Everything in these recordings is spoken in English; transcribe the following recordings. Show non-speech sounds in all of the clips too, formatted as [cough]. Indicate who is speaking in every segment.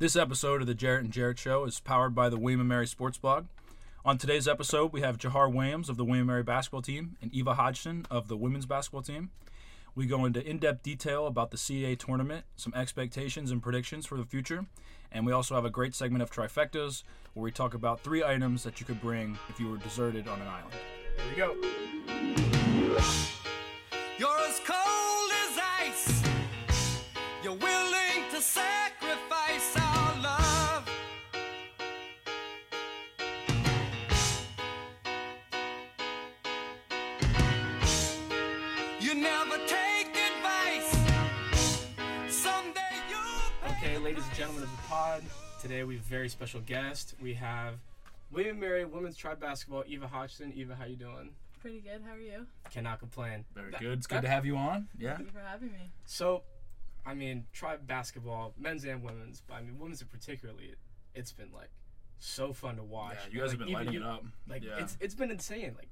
Speaker 1: This episode of the Jarrett and Jarrett Show is powered by the William and Mary Sports Blog. On today's episode, we have Jahar Williams of the William and Mary basketball team and Eva Hodgson of the women's basketball team. We go into in-depth detail about the CAA tournament, some expectations and predictions for the future, and we also have a great segment of trifectas where we talk about three items that you could bring if you were deserted on an island.
Speaker 2: Here we go.
Speaker 3: You're as cold as ice. You're willing to sacrifice our love. You never take advice. Someday you'll pay
Speaker 2: Okay, ladies and gentlemen of the pod, today we have a very special guest. We have William and Mary Women's Tribe Basketball, Eva Hodgson. Eva, how you doing?
Speaker 4: Pretty good. How are you?
Speaker 2: Cannot complain.
Speaker 1: Very good. It's good to have you on. Yeah.
Speaker 4: Thank you for having me.
Speaker 2: So, I mean, tribe basketball, men's and women's, but I mean, women's in particularly, it, it's been like so fun to watch. Like, even you- Like
Speaker 1: Yeah.
Speaker 2: it's it's been insane. Like,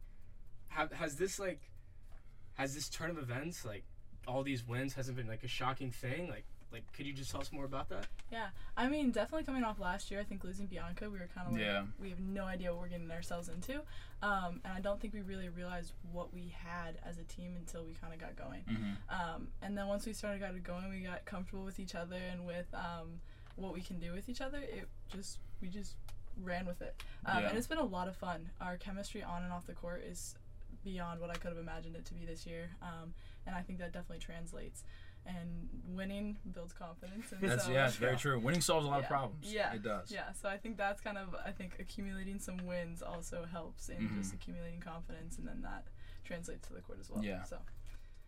Speaker 2: have, has this like, has this turn of events like all these wins hasn't been like a shocking thing? Like, like could you just tell us more about that?
Speaker 4: Yeah, I mean, definitely coming off last year, I think losing Bianca, we were kind of like,
Speaker 1: Yeah.
Speaker 4: we have no idea what we're getting ourselves into. Um, and I don't think we really realized what we had as a team until we kind of got going.
Speaker 1: Mm-hmm.
Speaker 4: Um, and then once we started got it going, we got comfortable with each other and with um, what we can do with each other. It just, we just ran with it. Um,
Speaker 1: Yeah.
Speaker 4: And it's been a lot of fun. Our chemistry on and off the court is beyond what I could have imagined it to be this year. Um, and I think that definitely translates. And winning builds confidence. And
Speaker 1: That's
Speaker 4: so,
Speaker 1: yeah, it's very true. Winning solves a lot of problems.
Speaker 4: Yeah.
Speaker 1: It does.
Speaker 4: Yeah, so I think that's kind of I think accumulating some wins also helps in
Speaker 1: Mm-hmm.
Speaker 4: just accumulating confidence and then that translates to the court as well.
Speaker 1: Yeah.
Speaker 4: So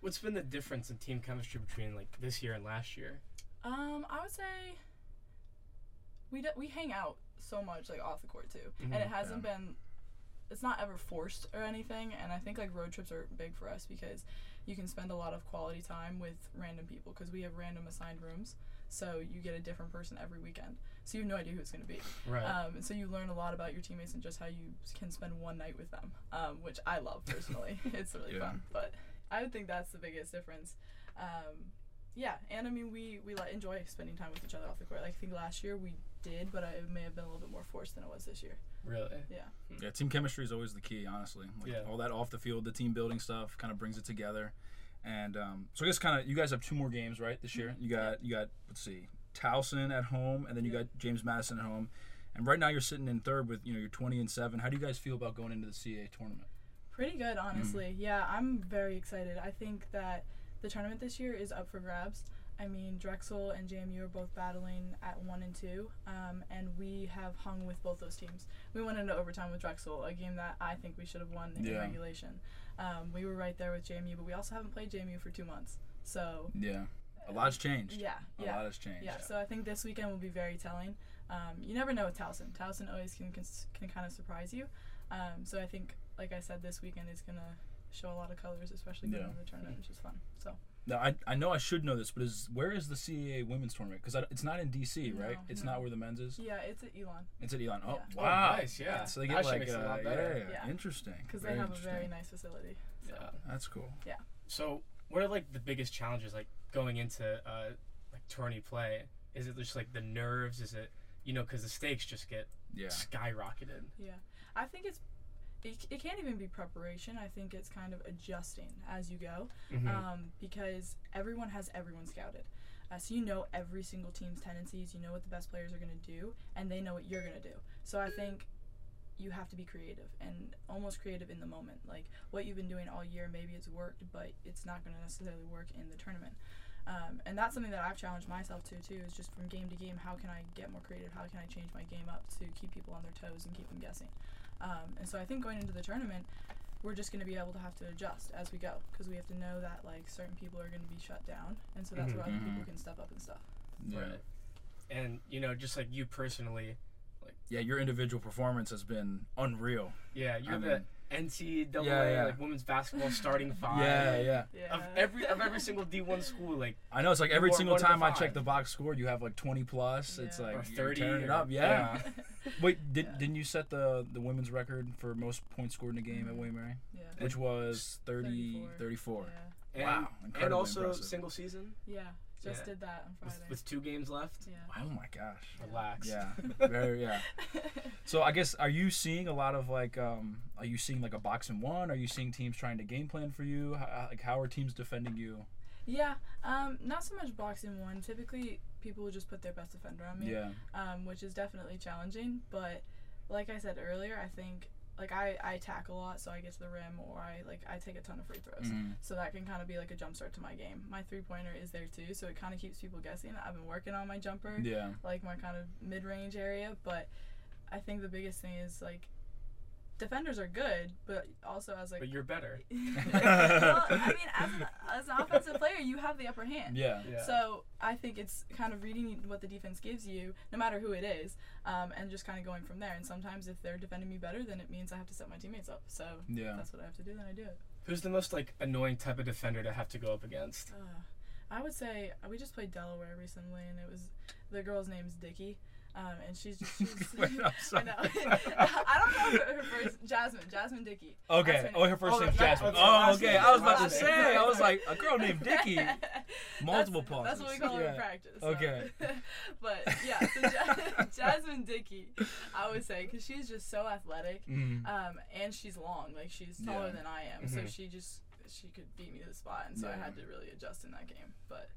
Speaker 2: What's been the difference in team chemistry between like this year and last year?
Speaker 4: um I would say we d- we hang out so much like off the court too. And
Speaker 1: Mm-hmm.
Speaker 4: it hasn't been it's not ever forced or anything and I think like road trips are big for us because you can spend a lot of quality time with random people because we have random assigned rooms. So you get a different person every weekend. So you have no idea who it's going to be.
Speaker 2: Right.
Speaker 4: Um, and so you learn a lot about your teammates and just how you s- can spend one night with them, um, which I love personally. [laughs] it's really
Speaker 1: Yeah.
Speaker 4: fun, but I would think that's the biggest difference. Um, yeah, and I mean we we like, enjoy spending time with each other off the court. Like, I think last year we did, but I, it may have been a little bit more forced than it was this year.
Speaker 2: really?
Speaker 4: Yeah.
Speaker 1: Yeah, team chemistry is always the key, honestly. Like
Speaker 2: Yeah.
Speaker 1: all that off the field, the team building stuff kind of brings it together. And um, so I guess kind of you guys have two more games, right, this year? You got you got let's see, Towson at home, and then you got James Madison at home. And right now you're sitting in third with you know you're 20 and seven. How do you guys feel about going into the CA tournament?
Speaker 4: Pretty good, honestly. Yeah, I'm very excited. I think that the tournament this year is up for grabs. I mean, Drexel and JMU are both battling at one and two, um, and we have hung with both those teams. We went into overtime with Drexel, a game that I think we should have won in
Speaker 1: Yeah.
Speaker 4: regulation. Um, we were right there with JMU, but we also haven't played JMU for two months. So
Speaker 1: Yeah, a lot's changed.
Speaker 4: yeah,
Speaker 1: a
Speaker 4: yeah.
Speaker 1: lot has changed.
Speaker 4: Yeah, so I think this weekend will be very telling. Um, you never know with Towson. Towson always can can, s- can kind of surprise you. Um, so I think, like I said, this weekend is gonna show a lot of colors, especially going
Speaker 1: Yeah.
Speaker 4: into the tournament, which is fun. So
Speaker 1: Now I, I know I should know this, but is where is the CAA women's tournament? Because it's not in DC, right?
Speaker 4: No,
Speaker 1: it's
Speaker 4: no.
Speaker 1: not where the men's is.
Speaker 4: yeah, it's at Elon
Speaker 1: It's at Elon. Oh
Speaker 4: Yeah.
Speaker 2: Oh,
Speaker 1: wow,
Speaker 2: nice, yeah.
Speaker 1: So they get
Speaker 2: That actually
Speaker 1: like
Speaker 2: makes it a
Speaker 1: uh,
Speaker 2: lot better.
Speaker 1: Yeah,
Speaker 4: Yeah.
Speaker 1: interesting.
Speaker 4: because they have a
Speaker 1: interesting.
Speaker 4: very nice facility. So.
Speaker 2: Yeah.
Speaker 1: That's cool.
Speaker 2: So, what are like the biggest challenges like going into uh, like tourney play? Is it just like the nerves? Is it you know because the stakes just get
Speaker 4: [laughs]
Speaker 1: Yeah.
Speaker 2: skyrocketed?
Speaker 4: Yeah, I think it's it, it can't even be preparation. I think it's kind of adjusting as you go, um, because everyone has everyone scouted. Uh, so you know every single team's tendencies. You know what the best players are going to do, and they know what you're going to do. So I think you have to be creative and almost creative in the moment. Like what you've been doing all year, maybe it's worked, but it's not going to necessarily work in the tournament. Um, and that's something that I've challenged myself to too. Is just from game to game, how can I get more creative? How can I change my game up to keep people on their toes and keep them guessing? Um, and so I think going into the tournament, we're just going to be able to have to adjust as we go because we have to know that like certain people are going to be shut down, and so that's where other people can step up and stuff.
Speaker 1: Yeah.
Speaker 2: Right. And you know just like you personally,
Speaker 1: Yeah, your individual performance has been unreal.
Speaker 2: yeah, you're
Speaker 1: I
Speaker 2: the NCAA
Speaker 1: Yeah, yeah.
Speaker 2: like women's
Speaker 1: [laughs]
Speaker 2: basketball starting five.
Speaker 1: Yeah, yeah.
Speaker 4: Yeah.
Speaker 2: Of every of every single D one school, like
Speaker 1: I know it's like
Speaker 2: You
Speaker 1: every
Speaker 2: are
Speaker 1: single
Speaker 2: one of
Speaker 1: time
Speaker 2: the
Speaker 1: I
Speaker 2: five.
Speaker 1: check the box score, you have like 20 plus. It's
Speaker 4: Yeah.
Speaker 1: like
Speaker 2: or
Speaker 1: you're
Speaker 2: thirty
Speaker 1: tearing it
Speaker 2: or-
Speaker 1: up. Yeah.
Speaker 2: yeah.
Speaker 1: Wait, did
Speaker 4: Yeah.
Speaker 1: didn't you set the the women's record for most points scored in a game at William Mary,
Speaker 4: [laughs] yeah.
Speaker 1: which was 30 34.
Speaker 4: Yeah.
Speaker 2: And,
Speaker 1: Wow,
Speaker 2: and
Speaker 1: incredibly
Speaker 2: also
Speaker 1: impressive.
Speaker 2: single season.
Speaker 4: Yeah. Just
Speaker 2: Yeah.
Speaker 4: did that on Friday.
Speaker 2: With, with two games left,
Speaker 4: yeah.
Speaker 1: Oh my
Speaker 4: [laughs]
Speaker 1: gosh.
Speaker 2: relax.
Speaker 1: Yeah. [laughs] Very yeah. So I guess are you seeing a lot of like um are you seeing like a box and one? Are you seeing teams trying to game plan for you? How, like how are teams defending you?
Speaker 4: yeah. Um, not so much boxing one. Typically, people will just put their best defender on me,
Speaker 1: Yeah.
Speaker 4: um, which is definitely challenging. But like I said earlier, I think like I, I attack a lot, so I get to the rim, or I like I take a ton of free throws.
Speaker 1: Mhm.
Speaker 4: So that can kind of be like a jump start to my game. My three pointer is there too, so it kind of keeps people guessing. I've been working on my jumper.
Speaker 1: Yeah.
Speaker 4: like my kind of mid range area. But I think the biggest thing is like defenders are good, but also as like
Speaker 2: But you're better.
Speaker 4: well,
Speaker 1: [laughs]
Speaker 4: I mean, as an, as an offensive player, you have the upper hand.
Speaker 1: Yeah.
Speaker 2: Yeah.
Speaker 4: So I think it's kind of reading what the defense gives you, no matter who it is, um, and just kind of going from there. And sometimes if they're defending me better, then it means I have to set my teammates up. So if
Speaker 1: Yeah.
Speaker 4: that's what I have to do. Then I do it.
Speaker 2: Who's the most like annoying type of defender to have to go up against?
Speaker 4: Uh, I would say uh, we just played Delaware recently, and it was the girl's name's Dickie, um, and she's just. She's,
Speaker 1: [laughs] Wait, I'm
Speaker 4: [laughs] I
Speaker 1: sorry.
Speaker 4: know. I don't know her, her first Jasmine. Jasmine Dickey. That's
Speaker 1: Okay.
Speaker 4: name.
Speaker 1: Oh, her first
Speaker 2: Oh,
Speaker 1: name's
Speaker 2: that's-
Speaker 1: Jasmine.
Speaker 2: that's her
Speaker 1: Oh,
Speaker 2: last
Speaker 1: okay.
Speaker 2: name.
Speaker 1: I was about to
Speaker 4: Last name.
Speaker 1: say. I was like, a girl named Dickie. Multiple
Speaker 4: [laughs] that's,
Speaker 1: pauses.
Speaker 4: That's what we call her in
Speaker 1: Yeah.
Speaker 4: practice. so.
Speaker 1: Okay.
Speaker 4: [laughs] but yeah, so ja- [laughs] Jasmine Dickey, I would say, because she's just so athletic,
Speaker 1: Mhm.
Speaker 4: um, and she's long. Like she's taller
Speaker 1: Yeah. Mm-hmm.
Speaker 4: than I am, so
Speaker 2: Mhm.
Speaker 4: she just she could beat me to the spot, and so I
Speaker 1: Yeah.
Speaker 4: had to really adjust in that game. But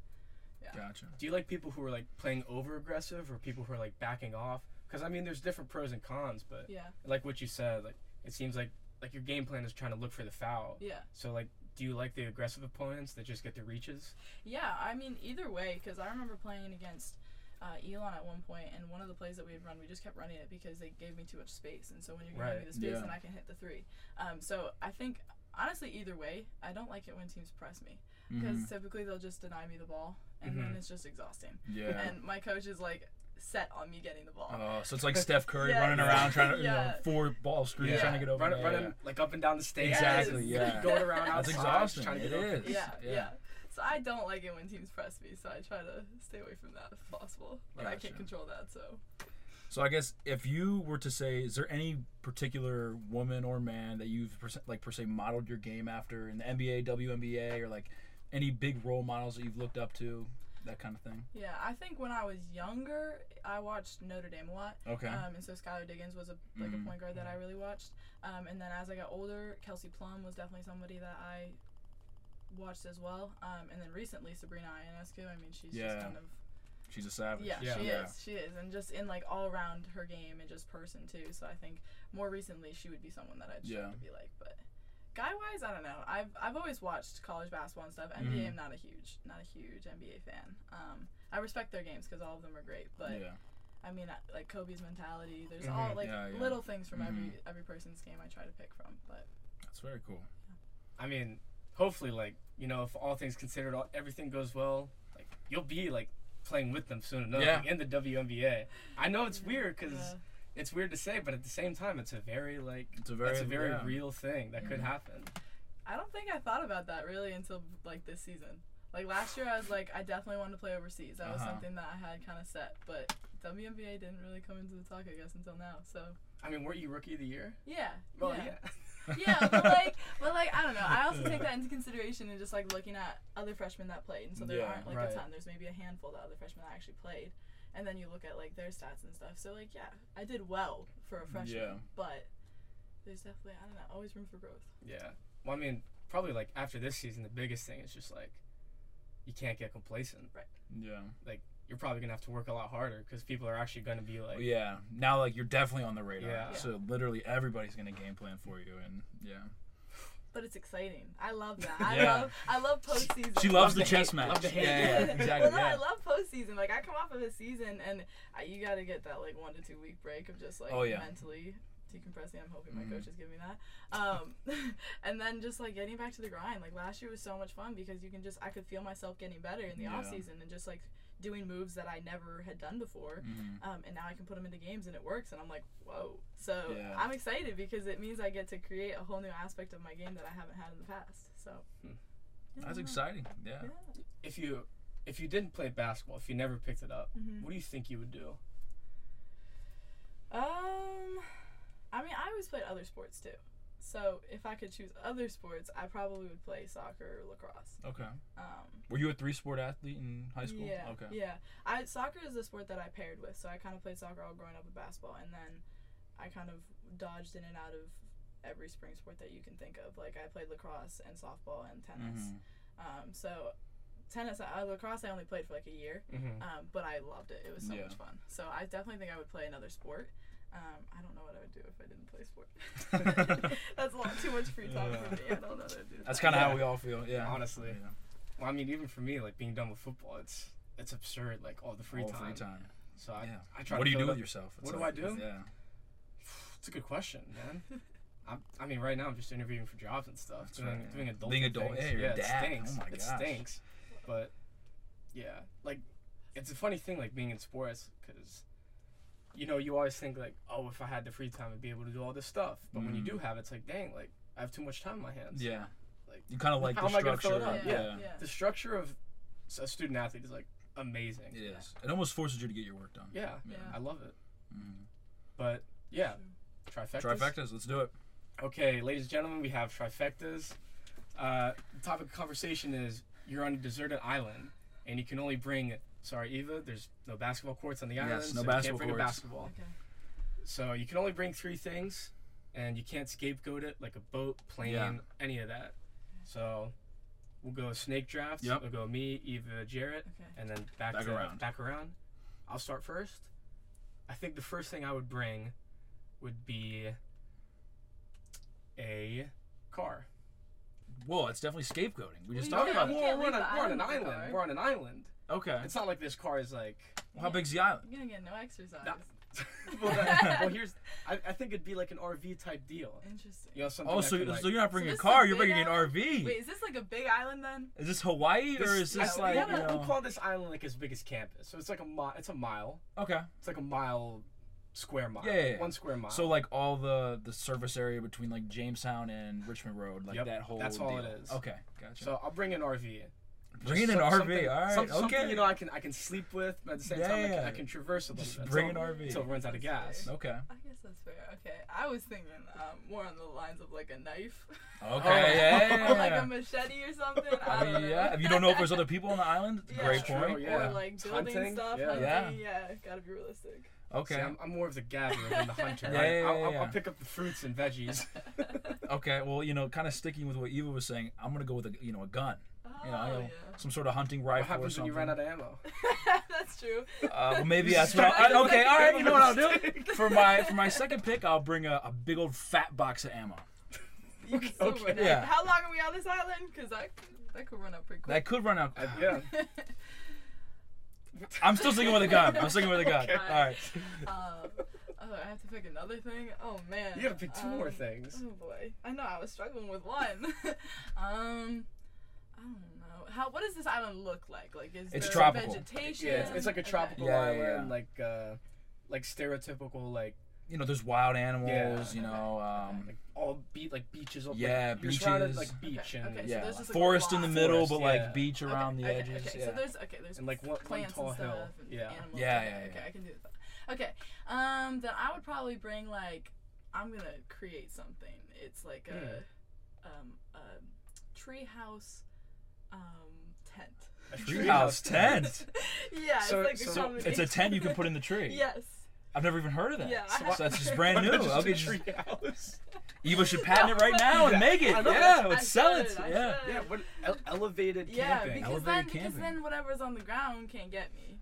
Speaker 1: Gotcha.
Speaker 2: Do you like people who are like playing over aggressive or people who are like backing off? Because I mean, there's different pros and cons, but
Speaker 4: yeah,
Speaker 2: like what you said, like it seems like like your game plan is trying to look for the foul.
Speaker 4: yeah.
Speaker 2: So like, do you like the aggressive opponents that just get the reaches?
Speaker 4: Yeah, I mean either way, because I remember playing against uh, Elon at one point, and one of the plays that we had run, we just kept running it because they gave me too much space, and so when you're giving me
Speaker 2: Right,
Speaker 4: the space,
Speaker 1: yeah.
Speaker 4: then I can hit the three. Um, so I think honestly, either way, I don't like it when teams press me because
Speaker 1: Mhm.
Speaker 4: typically they'll just deny me the ball, and then it's just exhausting.
Speaker 1: Mm-hmm. Yeah.
Speaker 4: And my coach is like set on me getting the ball.
Speaker 1: Oh, so it's like Steph Curry
Speaker 4: Yeah.
Speaker 1: running around trying to you know,
Speaker 4: Yeah.
Speaker 1: four ball screen
Speaker 4: Yeah.
Speaker 1: trying to get over.
Speaker 2: Run,
Speaker 1: Oh, Yeah,
Speaker 2: running
Speaker 1: yeah.
Speaker 2: like up and down the stairs.
Speaker 1: Exactly,
Speaker 4: Yes.
Speaker 1: yeah.
Speaker 2: Going around
Speaker 1: That's
Speaker 2: outside.
Speaker 1: exhausting.
Speaker 2: Trying to
Speaker 1: It
Speaker 2: get over.
Speaker 1: is.
Speaker 4: [laughs] yeah,
Speaker 1: Oh, yeah.
Speaker 4: yeah, So I don't like it when teams press me, so I try to stay away from that if possible. But I
Speaker 1: Gotcha.
Speaker 4: can't control that, so.
Speaker 1: So I guess if you were to say, is there any particular woman or man that you've per se, like per se modeled your game after in the NBA, WNBA, or like any big role models that you've looked up to, that kind of thing?
Speaker 4: Yeah, I think when I was younger, I watched Notre Dame a lot.
Speaker 1: Okay. Mm-hmm.
Speaker 4: Um, and so Skylar Diggins was a like a point guard that I really watched. Um, and then as I got older, Kelsey Plum was definitely somebody that I watched as well. Um, and then recently Sabrina Ionescu. I mean, she's
Speaker 1: Yeah.
Speaker 4: just kind of
Speaker 1: She's a savage.
Speaker 4: yeah,
Speaker 2: Yeah.
Speaker 4: she
Speaker 1: Yeah.
Speaker 4: is, she is, and just in like all around her game and just person too. So I think more recently she would be someone that I'd
Speaker 1: Yeah.
Speaker 4: try to be like, but. Guy wise, I don't know. I've I've always watched college basketball and stuff.
Speaker 1: Mm-hmm.
Speaker 4: NBA, I'm not a huge not a huge NBA fan. Um, I respect their games because all of them are great, but
Speaker 1: Yeah. Mm-hmm.
Speaker 4: I mean, I- like Kobe's mentality. There's all like
Speaker 1: Yeah, Mm-hmm. yeah.
Speaker 4: little things from every every person's game I try to pick from. But
Speaker 1: That's very cool.
Speaker 2: I mean, hopefully, like you know, if all things considered, all, everything goes well, like you'll be like playing with them soon enough
Speaker 1: Yeah.
Speaker 2: like, in the WNBA. I know it's weird 'cause weird because
Speaker 4: uh,
Speaker 2: it's weird to say, but at the same time, it's a very like
Speaker 1: It's a very
Speaker 2: that's a very
Speaker 1: yeah.
Speaker 2: real thing that could
Speaker 1: Mm.
Speaker 2: happen.
Speaker 4: I don't think I thought about that really until like this season. Like last year, I was like, I definitely wanted to play overseas. That was
Speaker 1: Uh-huh.
Speaker 4: something that I had kind of set, but WNBA didn't really come into the talk, I guess, until now. So
Speaker 2: I mean, weren't you rookie of the year?
Speaker 4: yeah,
Speaker 2: Well,
Speaker 4: yeah,
Speaker 2: yeah.
Speaker 4: [laughs] [laughs] yeah.
Speaker 2: [laughs]
Speaker 4: But like, but like, I don't know. I
Speaker 1: [laughs]
Speaker 4: also take that into consideration and just like looking at other freshmen that played, and so there
Speaker 1: Yeah,
Speaker 4: aren't like
Speaker 2: right.
Speaker 4: a ton. There's maybe a handful that other freshmen that actually played, and then you look at like their stats and stuff. So like, yeah, I did well for a freshman,
Speaker 1: Yeah.
Speaker 4: but there's definitely I don't know, always room for growth.
Speaker 2: Yeah. Well, I mean, probably like after this season, the biggest thing is just like you can't get complacent.
Speaker 1: [laughs] Yeah.
Speaker 2: You're probably gonna have to work a lot harder because people are actually gonna be like,
Speaker 1: yeah. Now like you're definitely on the radar.
Speaker 2: Yeah.
Speaker 1: So literally everybody's gonna game plan for you, and yeah.
Speaker 4: But it's exciting. I love that. I
Speaker 1: Yeah.
Speaker 4: love I love postseason.
Speaker 1: She loves
Speaker 2: Love
Speaker 4: [laughs]
Speaker 1: the
Speaker 2: to
Speaker 1: chess
Speaker 2: hate-
Speaker 1: match.
Speaker 2: love to hate.
Speaker 1: Yeah, yeah,
Speaker 2: [laughs]
Speaker 1: yeah, exactly.
Speaker 4: well, no,
Speaker 1: yeah.
Speaker 4: I love postseason. Like I come off of a season, and I, you got to get that like one to two week break of just like
Speaker 1: Oh, yeah.
Speaker 4: mentally decompressing. I'm hoping
Speaker 1: Mhm.
Speaker 4: my coach is giving me that. Um, [laughs] and then just like getting back to the grind. Like last year was so much fun because you can just I could feel myself getting better in the
Speaker 1: Yeah.
Speaker 4: off season and just like doing moves that I never had done before.
Speaker 1: Mhm.
Speaker 4: Um, and now I can put them into games and it works. And I'm like, whoa. So
Speaker 1: Yeah.
Speaker 4: I'm excited because it means I get to create a whole new aspect of my game that I haven't had in the past. So
Speaker 2: Hmm.
Speaker 4: yeah.
Speaker 1: That's exciting. Yeah.
Speaker 4: Yeah.
Speaker 2: if you if you didn't play basketball, if you never picked it up,
Speaker 4: Mhm.
Speaker 2: what do you think you would do?
Speaker 4: Um, I mean, I always played other sports too. So if I could choose other sports, I probably would play soccer or lacrosse.
Speaker 1: Okay.
Speaker 4: Um,
Speaker 1: Were you a three sport athlete in high school?
Speaker 4: Yeah.
Speaker 1: Okay.
Speaker 4: Yeah. I soccer is the sport that I paired with, so I kind of played soccer all growing up with basketball, and then I kind of dodged in and out of every spring sport that you can think of. Like I played lacrosse and softball and tennis.
Speaker 1: Mhm.
Speaker 4: Um, so tennis, I, uh, lacrosse, I only played for like a year,
Speaker 2: Mm-hmm.
Speaker 4: um, but I loved it. It was so
Speaker 1: Yeah.
Speaker 4: much fun. So I definitely think I would play another sport. Um, I don't know what I would do if I didn't play
Speaker 1: [laughs]
Speaker 4: sport. [laughs] That's a lot too much free time for me. I don't know what I'd do.
Speaker 1: Mm-hmm. That's kind of how
Speaker 2: Yeah.
Speaker 1: we all feel. Yeah.
Speaker 2: Honestly.
Speaker 1: Yeah.
Speaker 2: Well, I mean, even for me, like being done with football, it's it's absurd. Like all the free
Speaker 1: All
Speaker 2: time.
Speaker 1: free time.
Speaker 2: So I,
Speaker 1: Yeah.
Speaker 2: I try.
Speaker 1: What do
Speaker 2: to
Speaker 1: you
Speaker 2: fill
Speaker 1: do
Speaker 2: it
Speaker 1: with
Speaker 2: up-
Speaker 1: yourself? It's
Speaker 2: What do
Speaker 1: like-
Speaker 2: I do?
Speaker 1: Yeah.
Speaker 2: It's a good question,
Speaker 1: [laughs]
Speaker 2: man. I'm, I mean, right now I'm just interviewing for jobs and stuff,
Speaker 1: That's
Speaker 2: doing,
Speaker 1: right, yeah.
Speaker 2: doing adult
Speaker 1: Being adult-
Speaker 2: things.
Speaker 1: yeah, you're a
Speaker 2: it
Speaker 1: dad.
Speaker 2: stinks.
Speaker 1: Oh my
Speaker 2: it
Speaker 1: gosh.
Speaker 2: stinks. But yeah, like it's a funny thing, like being in sports, because you know you always think like, oh, if I had the free time, I'd be able to do all this stuff. But when you
Speaker 1: Mm.
Speaker 2: do have, it, it's like, dang, like I have too much time on my hands.
Speaker 1: Yeah.
Speaker 2: Like,
Speaker 1: You kind of like
Speaker 2: [laughs] how
Speaker 1: the
Speaker 2: am I gonna
Speaker 1: structure.
Speaker 2: fill it
Speaker 4: yeah,
Speaker 2: up?
Speaker 4: yeah.
Speaker 2: The structure of s- a student athlete is like amazing.
Speaker 1: It is. It almost forces you to get your work done.
Speaker 2: Yeah,
Speaker 4: Yeah.
Speaker 2: I love it.
Speaker 1: Mhm.
Speaker 2: But yeah, trifectas.
Speaker 1: Trifectas. Let's do it.
Speaker 2: Okay, ladies and gentlemen, we have trifectas. Uh, the topic of conversation is you're on a deserted island, and you can only bring. Sorry, Eva. There's no basketball courts on the
Speaker 1: no
Speaker 2: island. so you
Speaker 1: basketball
Speaker 2: can't bring
Speaker 1: courts.
Speaker 2: a basketball.
Speaker 4: Okay.
Speaker 2: So you can only bring three things, and you can't scapegoat it like a boat, plane,
Speaker 1: Yeah.
Speaker 2: any of that. So we'll go snake draft.
Speaker 1: Yep.
Speaker 2: We'll go me, Eva, Jarrett,
Speaker 4: Okay.
Speaker 2: and then back,
Speaker 1: Back
Speaker 2: to,
Speaker 1: around.
Speaker 2: Back around. I'll start first. I think the first thing I would bring would be a car.
Speaker 1: Whoa, it's definitely scapegoating. We just
Speaker 4: Well,
Speaker 1: talked
Speaker 4: yeah,
Speaker 1: about
Speaker 4: we
Speaker 1: that.
Speaker 2: Well,
Speaker 4: can't
Speaker 2: we're, on
Speaker 4: leave
Speaker 2: a,
Speaker 4: the
Speaker 2: we're on an
Speaker 4: island with a
Speaker 2: island.
Speaker 4: car.
Speaker 2: We're on an island.
Speaker 1: Okay.
Speaker 2: It's not like this car is
Speaker 4: [laughs]
Speaker 2: like. [laughs]
Speaker 1: Well, how big's the island?
Speaker 4: You're gonna get no exercise.
Speaker 2: That- well, that- well, here's. I, I think it'd be like an RV type deal.
Speaker 4: Interesting.
Speaker 2: You know, something.
Speaker 1: Oh,
Speaker 2: that
Speaker 1: so,
Speaker 2: could, like,
Speaker 1: so you're not bringing
Speaker 4: this
Speaker 1: a
Speaker 4: is
Speaker 1: car,
Speaker 4: a
Speaker 1: you're
Speaker 4: big
Speaker 1: bringing an
Speaker 4: island?
Speaker 1: RV.
Speaker 4: Wait, is this like a big island then?
Speaker 1: is this Hawaii or is
Speaker 2: I-
Speaker 1: this like
Speaker 4: we
Speaker 2: we'll-
Speaker 1: you
Speaker 4: haven't-
Speaker 2: we'll
Speaker 1: know-
Speaker 2: call this island like as big as campus. So it's like a mile. It's a mile.
Speaker 1: Okay.
Speaker 2: It's like a mile, square mile.
Speaker 1: Yeah, yeah, yeah.
Speaker 2: One square mile.
Speaker 1: So like all the the surface area between like Jamestown and Richmond Road, like
Speaker 2: Yep,
Speaker 1: that whole
Speaker 2: that's all it
Speaker 1: deal.
Speaker 2: is.
Speaker 1: Okay, gotcha.
Speaker 2: So I'll bring an RV.
Speaker 1: Bringing an
Speaker 2: Some-
Speaker 1: RV,
Speaker 2: something-
Speaker 1: all right,
Speaker 2: some- Something
Speaker 1: okay.
Speaker 2: you know I can I can sleep with, but at the same time I can,
Speaker 1: Yeah.
Speaker 2: I can traverse a little
Speaker 1: Just
Speaker 2: bit.
Speaker 1: bring
Speaker 2: until-
Speaker 1: an RV.
Speaker 2: until it runs out of gas.
Speaker 1: okay.
Speaker 4: I guess that's fair. Okay, I was thinking um, more on the lines of like a knife, [laughs]
Speaker 1: Okay. yeah.
Speaker 4: or like a machete or something. I,
Speaker 1: I
Speaker 4: don't
Speaker 1: mean,
Speaker 4: know.
Speaker 1: yeah. If you don't know if there's
Speaker 4: [laughs]
Speaker 1: other people on the island,
Speaker 4: Yeah.
Speaker 1: great
Speaker 2: True,
Speaker 1: point.
Speaker 2: yeah.
Speaker 4: Or like
Speaker 2: It's
Speaker 4: building
Speaker 2: hunting,
Speaker 4: stuff.
Speaker 2: yeah.
Speaker 4: hunting, yeah. gotta be realistic.
Speaker 1: [laughs] Okay.
Speaker 2: See, I'm, I'm more of the gatherer than the hunter.
Speaker 1: [laughs] Yeah,
Speaker 2: I,
Speaker 1: yeah,
Speaker 2: I'll,
Speaker 1: yeah,
Speaker 2: I'll-
Speaker 1: yeah.
Speaker 2: I'll pick up the fruits and
Speaker 1: [laughs]
Speaker 2: veggies.
Speaker 1: Okay. Well, you know, kind of sticking with what Eva was saying, I'm gonna go with a you know a gun,
Speaker 4: Oh,
Speaker 1: you know, I know.
Speaker 4: yeah.
Speaker 1: some sort of hunting
Speaker 2: What
Speaker 1: rifle or
Speaker 2: happens
Speaker 1: something.
Speaker 2: when you run out of ammo?
Speaker 4: [laughs] that's true.
Speaker 1: Uh, well,
Speaker 2: [laughs]
Speaker 1: maybe that's what. I, I- okay, all right. You know what I'll do? For my for my second pick, I'll bring a, a big old fat box of ammo. [laughs]
Speaker 4: You can still
Speaker 2: Okay.
Speaker 4: run out.
Speaker 1: Yeah.
Speaker 4: How long are we on this island? Because that that could run up pretty
Speaker 1: That
Speaker 4: quick.
Speaker 1: could run out.
Speaker 2: I, yeah.
Speaker 1: I'm still sticking with a gun. I'm sticking with a gun.
Speaker 4: Okay.
Speaker 1: All right.
Speaker 4: [laughs] um, oh, I have to pick another thing. Oh man.
Speaker 2: You gotta pick two more
Speaker 4: Um,
Speaker 2: things.
Speaker 4: Oh boy, I know I was struggling with one. [laughs] um, I don't know. How what does this island look like? Like is
Speaker 1: It's
Speaker 4: there
Speaker 1: tropical.
Speaker 4: vegetation?
Speaker 2: Yeah, it's, it's like a
Speaker 4: Okay.
Speaker 2: tropical
Speaker 1: Yeah, yeah,
Speaker 2: island,
Speaker 1: yeah.
Speaker 2: like uh, like stereotypical, like
Speaker 1: You know, there's wild animals. You
Speaker 4: okay,
Speaker 1: know, um,
Speaker 2: like all beat like beaches. all-
Speaker 1: Yeah,
Speaker 2: like, you're surrounded,
Speaker 1: beaches.
Speaker 2: like beach
Speaker 4: Okay,
Speaker 2: and
Speaker 4: okay, so
Speaker 1: yeah,
Speaker 4: there's
Speaker 1: like
Speaker 4: just, like,
Speaker 1: forest in the
Speaker 4: lots-
Speaker 1: middle,
Speaker 2: Forest,
Speaker 1: but like
Speaker 2: yeah.
Speaker 1: beach
Speaker 4: Okay,
Speaker 1: around the
Speaker 4: okay,
Speaker 1: edges.
Speaker 4: Okay,
Speaker 1: yeah.
Speaker 4: so there's okay, there's
Speaker 2: And, like, one- one
Speaker 4: plants
Speaker 2: tall
Speaker 4: and stuff
Speaker 2: hill.
Speaker 4: and
Speaker 2: Yeah.
Speaker 4: animals.
Speaker 1: Yeah,
Speaker 4: okay,
Speaker 1: yeah,
Speaker 4: okay,
Speaker 1: yeah.
Speaker 4: I can do that. Okay, um, then I would probably bring like I'm gonna create something. It's like a
Speaker 1: Hmm.
Speaker 4: um a treehouse um tent.
Speaker 2: a
Speaker 1: Treehouse
Speaker 4: [laughs]
Speaker 1: tent.
Speaker 4: yeah,
Speaker 2: So-
Speaker 4: it's like
Speaker 2: so
Speaker 4: a combination.
Speaker 1: It's a tent you can [laughs] put in the tree.
Speaker 4: Yes.
Speaker 1: I've never even heard of that.
Speaker 4: Yeah, I
Speaker 1: so
Speaker 4: have-
Speaker 1: that's just brand new.
Speaker 2: [laughs] Just
Speaker 1: I'll
Speaker 2: a
Speaker 1: be just, [laughs]
Speaker 2: treehouse.
Speaker 1: Eva should patent it right now and make it.
Speaker 2: I know,
Speaker 1: Yeah,
Speaker 2: I
Speaker 1: let's
Speaker 4: I
Speaker 1: sell it.
Speaker 4: should, I
Speaker 1: Yeah.
Speaker 4: should.
Speaker 2: Yeah, what ele- elevated
Speaker 4: Yeah,
Speaker 2: camping?
Speaker 4: because
Speaker 1: Elevated
Speaker 4: then, because
Speaker 1: camping.
Speaker 4: then whatever's on the ground can't get me.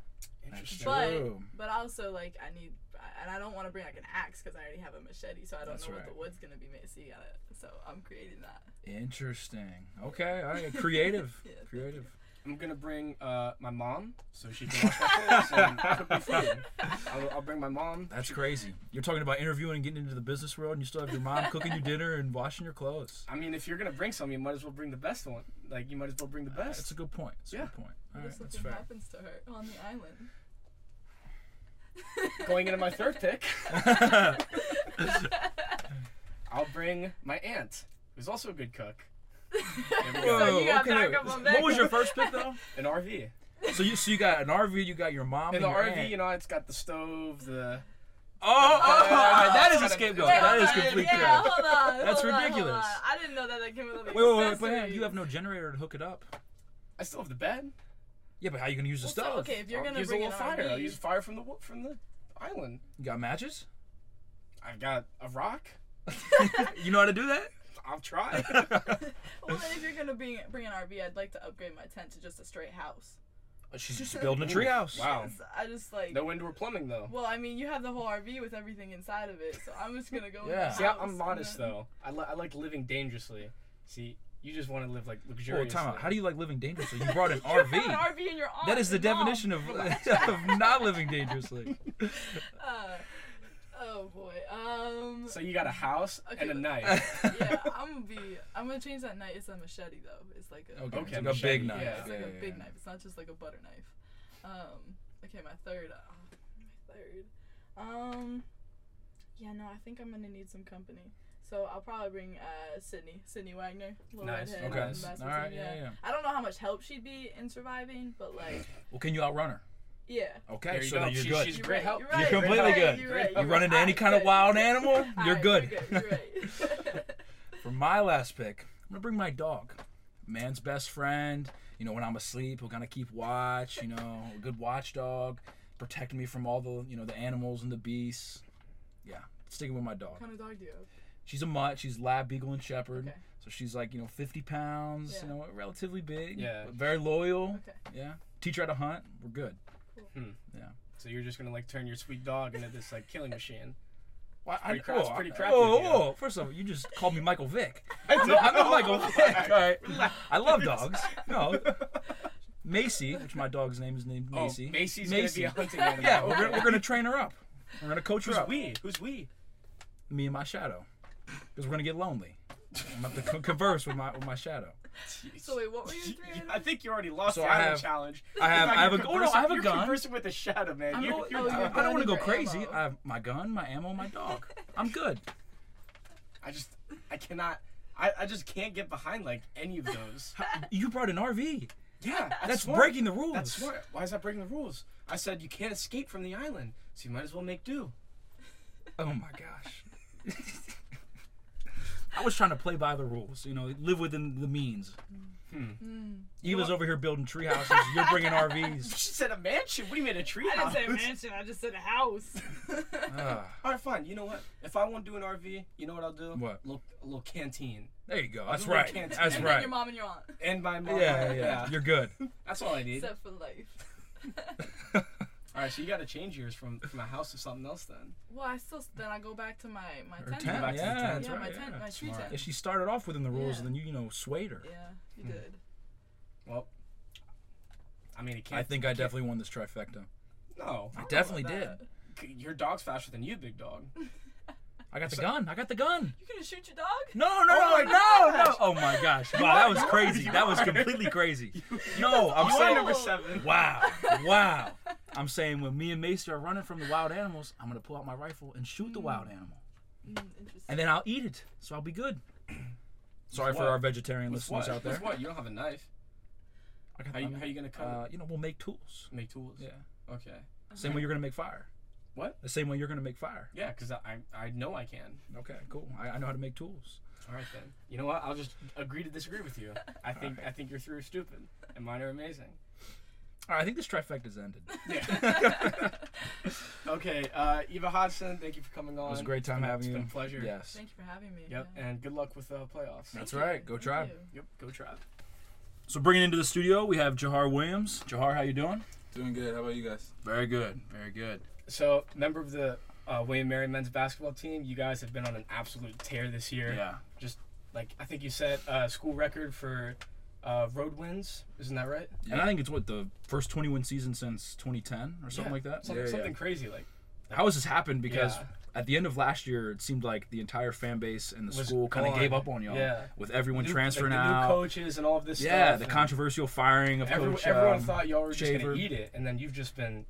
Speaker 2: Interesting.
Speaker 4: But-
Speaker 1: True.
Speaker 4: But also, like, I need, I- and I don't want to bring like an axe because I already have a machete, so I don't
Speaker 1: That's
Speaker 4: know
Speaker 1: right.
Speaker 4: what the wood's gonna be made. So you gotta, so I'm creating that.
Speaker 1: Interesting. Okay. All right. Creative.
Speaker 4: [laughs] Yeah, thank
Speaker 1: Creative.
Speaker 2: I'm gonna bring uh, my mom so she can wash my clothes [laughs] and cook me food. I'll, I'll bring my mom.
Speaker 1: That's crazy. You're talking about interviewing and getting into the business world, and you still have your mom cooking
Speaker 4: [laughs]
Speaker 1: you dinner and washing your clothes.
Speaker 2: I mean, if you're gonna bring some, you might as well bring the best one. Like you might as well bring the
Speaker 1: That's
Speaker 2: best.
Speaker 1: a good point. That's a
Speaker 2: Yeah.
Speaker 1: good point. All
Speaker 4: What
Speaker 1: right.
Speaker 4: if
Speaker 1: That's
Speaker 4: something
Speaker 1: fair.
Speaker 4: happens to her on the island?
Speaker 2: Going into my
Speaker 4: [laughs]
Speaker 2: third pick,
Speaker 1: [laughs]
Speaker 2: [laughs] I'll bring my aunt, who's also a good cook. There we go.
Speaker 4: So you gotta back
Speaker 1: wait.
Speaker 4: up on
Speaker 1: What was
Speaker 4: that.
Speaker 1: your first pick
Speaker 4: [laughs]
Speaker 1: though?
Speaker 2: An RV.
Speaker 1: so you so you got an RV, you got your mom
Speaker 2: In
Speaker 1: and
Speaker 2: the
Speaker 1: your
Speaker 2: RV,
Speaker 1: aunt.
Speaker 2: you know, it's got the stove, the
Speaker 1: Oh,
Speaker 2: Oh!
Speaker 1: that is
Speaker 2: Wait,
Speaker 1: a scapegoat.
Speaker 4: Wait,
Speaker 1: That
Speaker 4: hold
Speaker 1: is
Speaker 4: on,
Speaker 1: complete
Speaker 4: yeah,
Speaker 1: crap.
Speaker 4: hold on,
Speaker 1: That's
Speaker 4: hold on, hold
Speaker 1: ridiculous.
Speaker 4: on. I didn't know that that came with the
Speaker 1: Wait, wait, wait, but hang on,
Speaker 4: accessories.
Speaker 1: you have no generator to hook it up.
Speaker 2: I still have the bed.
Speaker 1: Yeah, but how you gonna use the
Speaker 4: Well, so,
Speaker 1: stove?
Speaker 4: okay, if you're
Speaker 2: I'll
Speaker 4: gonna
Speaker 2: use
Speaker 4: bring
Speaker 2: a
Speaker 4: it
Speaker 2: little
Speaker 4: on
Speaker 2: fire. I'll
Speaker 4: me-
Speaker 2: use fire from the wo- from the island.
Speaker 1: You got
Speaker 4: [laughs]
Speaker 1: matches?
Speaker 2: I've got a rock.
Speaker 1: You know how to do that?
Speaker 2: I'll [laughs] try.
Speaker 4: Well, then if you're gonna bring bring an RV, I'd like to upgrade my tent to just a straight house.
Speaker 1: [laughs] She's just building a treehouse.
Speaker 2: wow.
Speaker 4: So I just like.
Speaker 2: No indoor plumbing though.
Speaker 4: Well, I mean, you have the whole RV with everything inside of it, so I'm just gonna go.
Speaker 1: Yeah.
Speaker 4: With the
Speaker 2: See, I-
Speaker 4: house
Speaker 2: I'm
Speaker 4: and
Speaker 2: modest
Speaker 4: then-
Speaker 2: though. I, li- I like living dangerously. See, you just want to live like
Speaker 1: Well,
Speaker 2: luxuriously.
Speaker 1: time out. How do you like living dangerously? You brought [laughs] an
Speaker 4: [laughs] You have an
Speaker 1: RV.
Speaker 4: RV in your
Speaker 1: That is the
Speaker 4: aunt and mom.
Speaker 1: definition [laughs] of, of not living dangerously.
Speaker 4: Uh, oh boy. Um.
Speaker 2: So you got a house
Speaker 4: Okay,
Speaker 2: and a
Speaker 4: but-
Speaker 1: [laughs]
Speaker 2: knife.
Speaker 4: yeah, I'm gonna be. I'm gonna change that knife. It's a machete though. It's like a.
Speaker 1: Okay,
Speaker 2: Okay,
Speaker 1: it's like a
Speaker 2: machete,
Speaker 1: big
Speaker 2: yeah.
Speaker 1: knife.
Speaker 4: It's like
Speaker 1: Yeah,
Speaker 4: a
Speaker 1: yeah,
Speaker 4: big
Speaker 1: yeah.
Speaker 4: knife. It's not just like a butter knife. Um. Okay, my third. Uh, my third. Um. Yeah, no, I think I'm gonna need some company. So I'll probably bring uh, Sydney, Sydney Wagner, little
Speaker 2: Nice,
Speaker 4: redhead.
Speaker 1: Okay.
Speaker 2: Yeah,
Speaker 4: from Basketball
Speaker 1: All right.
Speaker 4: Team,
Speaker 1: Yeah, yeah.
Speaker 4: I don't know how much help she'd be in surviving,
Speaker 1: [laughs]
Speaker 4: but like,
Speaker 1: Well, can you outrun her?
Speaker 4: yeah.
Speaker 1: Okay,
Speaker 2: There you
Speaker 1: so
Speaker 2: go.
Speaker 1: then you're
Speaker 2: She-
Speaker 1: good.
Speaker 2: she's-
Speaker 4: You're
Speaker 2: great
Speaker 4: right,
Speaker 2: help.
Speaker 4: You're
Speaker 1: You're
Speaker 4: right,
Speaker 1: completely
Speaker 4: right,
Speaker 1: good.
Speaker 4: You're right.
Speaker 1: You run into any
Speaker 4: Alright,
Speaker 1: kind of
Speaker 4: [laughs] good.
Speaker 1: wild animal, you're
Speaker 4: Alright,
Speaker 1: good.
Speaker 4: You're good. You're right.
Speaker 1: [laughs]
Speaker 4: [laughs]
Speaker 1: For my last pick, I'm gonna bring my dog, man's best friend. You know, when I'm asleep, he'll kind of keep watch. You know, a good watchdog, protecting me from all the you know the animals and the beasts. Yeah, sticking with my
Speaker 4: what
Speaker 1: dog.
Speaker 4: kind of dog do you have?
Speaker 1: [laughs] She's a mutt. She's lab beagle and shepherd.
Speaker 4: Okay.
Speaker 1: So she's like you know 50 pounds.
Speaker 4: Yeah.
Speaker 1: You know, relatively big.
Speaker 2: Yeah.
Speaker 1: but very loyal.
Speaker 4: Okay.
Speaker 1: Yeah. Teach her how to hunt. We're good.
Speaker 2: So you're just gonna like turn your sweet dog into this like
Speaker 1: [laughs]
Speaker 2: killing machine.
Speaker 1: Well,
Speaker 2: Pretty crap- it's pretty crappy
Speaker 1: Whoa,
Speaker 2: of you.
Speaker 1: whoa, whoa. First of all, you just called me Michael Vick.
Speaker 2: I
Speaker 1: I'm not
Speaker 2: [laughs]
Speaker 1: oh Michael Vick. All right. I love dogs. No. Macy, which my dog's name is named
Speaker 2: Oh,
Speaker 1: Macy.
Speaker 2: Macy's
Speaker 1: Macy.
Speaker 2: gonna be a hunting
Speaker 1: [laughs]
Speaker 2: animal.
Speaker 1: Yeah, we're, gonna- we're gonna train her up. We're gonna coach her
Speaker 2: Who's
Speaker 1: up.
Speaker 2: we? Who's we?
Speaker 1: Me and my shadow, because we're gonna get lonely. I'm gonna have to co- converse with my with my shadow.
Speaker 4: So wait, what were your three?
Speaker 2: I
Speaker 4: animals?
Speaker 2: think you already lost
Speaker 1: So
Speaker 2: the
Speaker 1: I
Speaker 2: island
Speaker 1: have-
Speaker 2: challenge.
Speaker 1: I have-
Speaker 2: In fact,
Speaker 1: I have
Speaker 2: you're
Speaker 1: a- oh, no, I have a
Speaker 2: conversing-
Speaker 1: gun.
Speaker 2: You're conversing with a shadow, man. You,
Speaker 4: know-
Speaker 2: you're
Speaker 4: oh,
Speaker 2: done.
Speaker 4: you're
Speaker 1: I don't want to go
Speaker 4: Gunning for
Speaker 1: crazy.
Speaker 4: ammo.
Speaker 1: I have my gun, my ammo, my dog. I'm
Speaker 2: [laughs]
Speaker 1: good.
Speaker 2: I just, I cannot, I, I just can't get behind like any of those.
Speaker 1: You brought an RV.
Speaker 2: [laughs] yeah, that's,
Speaker 1: That's
Speaker 2: smart.
Speaker 1: breaking the rules.
Speaker 2: That's smart. Why is that breaking the rules? I said you can't escape from the island, so you might as well make do.
Speaker 1: Oh my gosh. I was trying to play by the rules, you know, live within the means. Hmm.
Speaker 2: Hmm.
Speaker 1: Eva's over here building tree houses. You're
Speaker 2: [laughs]
Speaker 1: bringing RVs.
Speaker 2: She said a mansion. What do you mean a tree
Speaker 4: I
Speaker 2: house?
Speaker 4: didn't say mansion. I just said a [laughs] house.
Speaker 1: Ah,
Speaker 2: All right, fine. You know what? If I want to do an RV, you know what I'll do?
Speaker 1: What?
Speaker 2: A little, a little canteen.
Speaker 1: there you go. That's
Speaker 2: Little
Speaker 1: right.
Speaker 2: canteen.
Speaker 1: That's
Speaker 4: And then
Speaker 1: right.
Speaker 4: Your mom and your aunt.
Speaker 2: And my mom.
Speaker 1: Yeah,
Speaker 2: [laughs]
Speaker 1: yeah, yeah. You're good.
Speaker 2: That's all I need.
Speaker 4: Except for life. [laughs]
Speaker 2: all right, so you got to change yours from from a house to something else then.
Speaker 4: Well, I still then I go back to my my
Speaker 1: Her
Speaker 4: tent.
Speaker 1: tent.
Speaker 2: back
Speaker 1: Yeah,
Speaker 2: to the tent.
Speaker 1: that's
Speaker 4: yeah, my
Speaker 1: right.
Speaker 4: tent,
Speaker 1: yeah.
Speaker 4: my tree
Speaker 2: Smart.
Speaker 1: Yeah,
Speaker 4: tent.
Speaker 1: she started off within the rules,
Speaker 4: Yeah.
Speaker 1: and then you, you know, swayed her.
Speaker 4: Yeah, you
Speaker 1: Hmm.
Speaker 4: did.
Speaker 2: I mean, it can't. Oh,
Speaker 1: I think I definitely won this trifecta.
Speaker 2: No,
Speaker 1: I definitely
Speaker 4: about
Speaker 1: did.
Speaker 4: that.
Speaker 2: c- your dog's faster than you, big dog.
Speaker 1: I got the gun. I got the gun.
Speaker 4: You gonna shoot your dog?
Speaker 1: No, no, no,
Speaker 2: Oh
Speaker 1: no,
Speaker 2: my
Speaker 1: no.
Speaker 2: gosh.
Speaker 1: Oh my gosh. Wow, that was crazy.
Speaker 2: you
Speaker 1: That was
Speaker 2: are.
Speaker 1: completely crazy. No, I'm
Speaker 2: [laughs] You are
Speaker 1: saying
Speaker 2: number seven.
Speaker 1: Wow. Wow. I'm saying when me and Macy are running from the wild animals, I'm gonna pull out my rifle and shoot the wild animal.
Speaker 4: Mm, interesting.
Speaker 1: And then I'll eat it. So I'll be good. Sorry for
Speaker 2: what?
Speaker 1: our vegetarian
Speaker 2: With
Speaker 1: listeners
Speaker 2: what?
Speaker 1: out there.
Speaker 2: With what? You don't have a knife.
Speaker 1: I got
Speaker 2: How you-
Speaker 1: them.
Speaker 2: how you gonna cut
Speaker 1: Uh, you know, we'll make tools.
Speaker 2: Make tools.
Speaker 1: Yeah.
Speaker 2: Okay.
Speaker 1: Same way you're gonna make fire.
Speaker 2: What?
Speaker 1: The same way you're gonna make fire.
Speaker 2: Yeah, because I I know I can.
Speaker 1: Okay, cool. I, I know how to make tools.
Speaker 2: All right then. You know what? I'll just agree to disagree with
Speaker 4: [laughs]
Speaker 2: you. I think I think your three are stupid, and mine are amazing.
Speaker 1: All right, I think this trifecta's
Speaker 2: [laughs]
Speaker 1: ended. It
Speaker 2: Okay, uh, Eva Hodgson, thank you for coming on. It
Speaker 1: was a great time having
Speaker 2: it's
Speaker 1: you.
Speaker 2: been a pleasure.
Speaker 1: Yes.
Speaker 4: Thank you for having me.
Speaker 2: Yep.
Speaker 4: Yeah.
Speaker 2: And good luck with uh, playoffs.
Speaker 1: That's
Speaker 4: Thank
Speaker 1: right.
Speaker 4: you.
Speaker 1: Go
Speaker 4: Thank
Speaker 1: tribe.
Speaker 4: you.
Speaker 2: Yep. Go try.
Speaker 1: So bringing into the studio, we have Jahar Williams. Jahar, how you doing?
Speaker 5: Doing good. How about you guys?
Speaker 1: Very good. Very good.
Speaker 2: So, member of the uh, William Mary men's basketball team, you guys have been on an absolute tear this year.
Speaker 1: Yeah.
Speaker 2: Just like I think you set a school record for uh, road wins. Isn't that right?
Speaker 1: And I think it's what the first 21 season since 2010 or something
Speaker 2: Yeah,
Speaker 1: like that.
Speaker 2: Some-
Speaker 5: Yeah, yeah.
Speaker 2: something crazy like.
Speaker 1: How has this happened? Because
Speaker 2: Yeah.
Speaker 1: at the end of last year, it seemed like the entire fan base and the
Speaker 2: Was
Speaker 1: school kind of
Speaker 2: gone.
Speaker 1: gave up on y'all.
Speaker 2: Yeah.
Speaker 1: With everyone
Speaker 2: new-
Speaker 1: transferring
Speaker 2: like, the
Speaker 1: out.
Speaker 2: new coaches and all of this
Speaker 1: yeah,
Speaker 2: stuff.
Speaker 1: the
Speaker 2: and
Speaker 1: controversial firing of
Speaker 2: every-
Speaker 1: coach.
Speaker 2: everyone
Speaker 1: um,
Speaker 2: thought y'all were just
Speaker 1: Shaver.
Speaker 2: gonna eat it, and then you've just been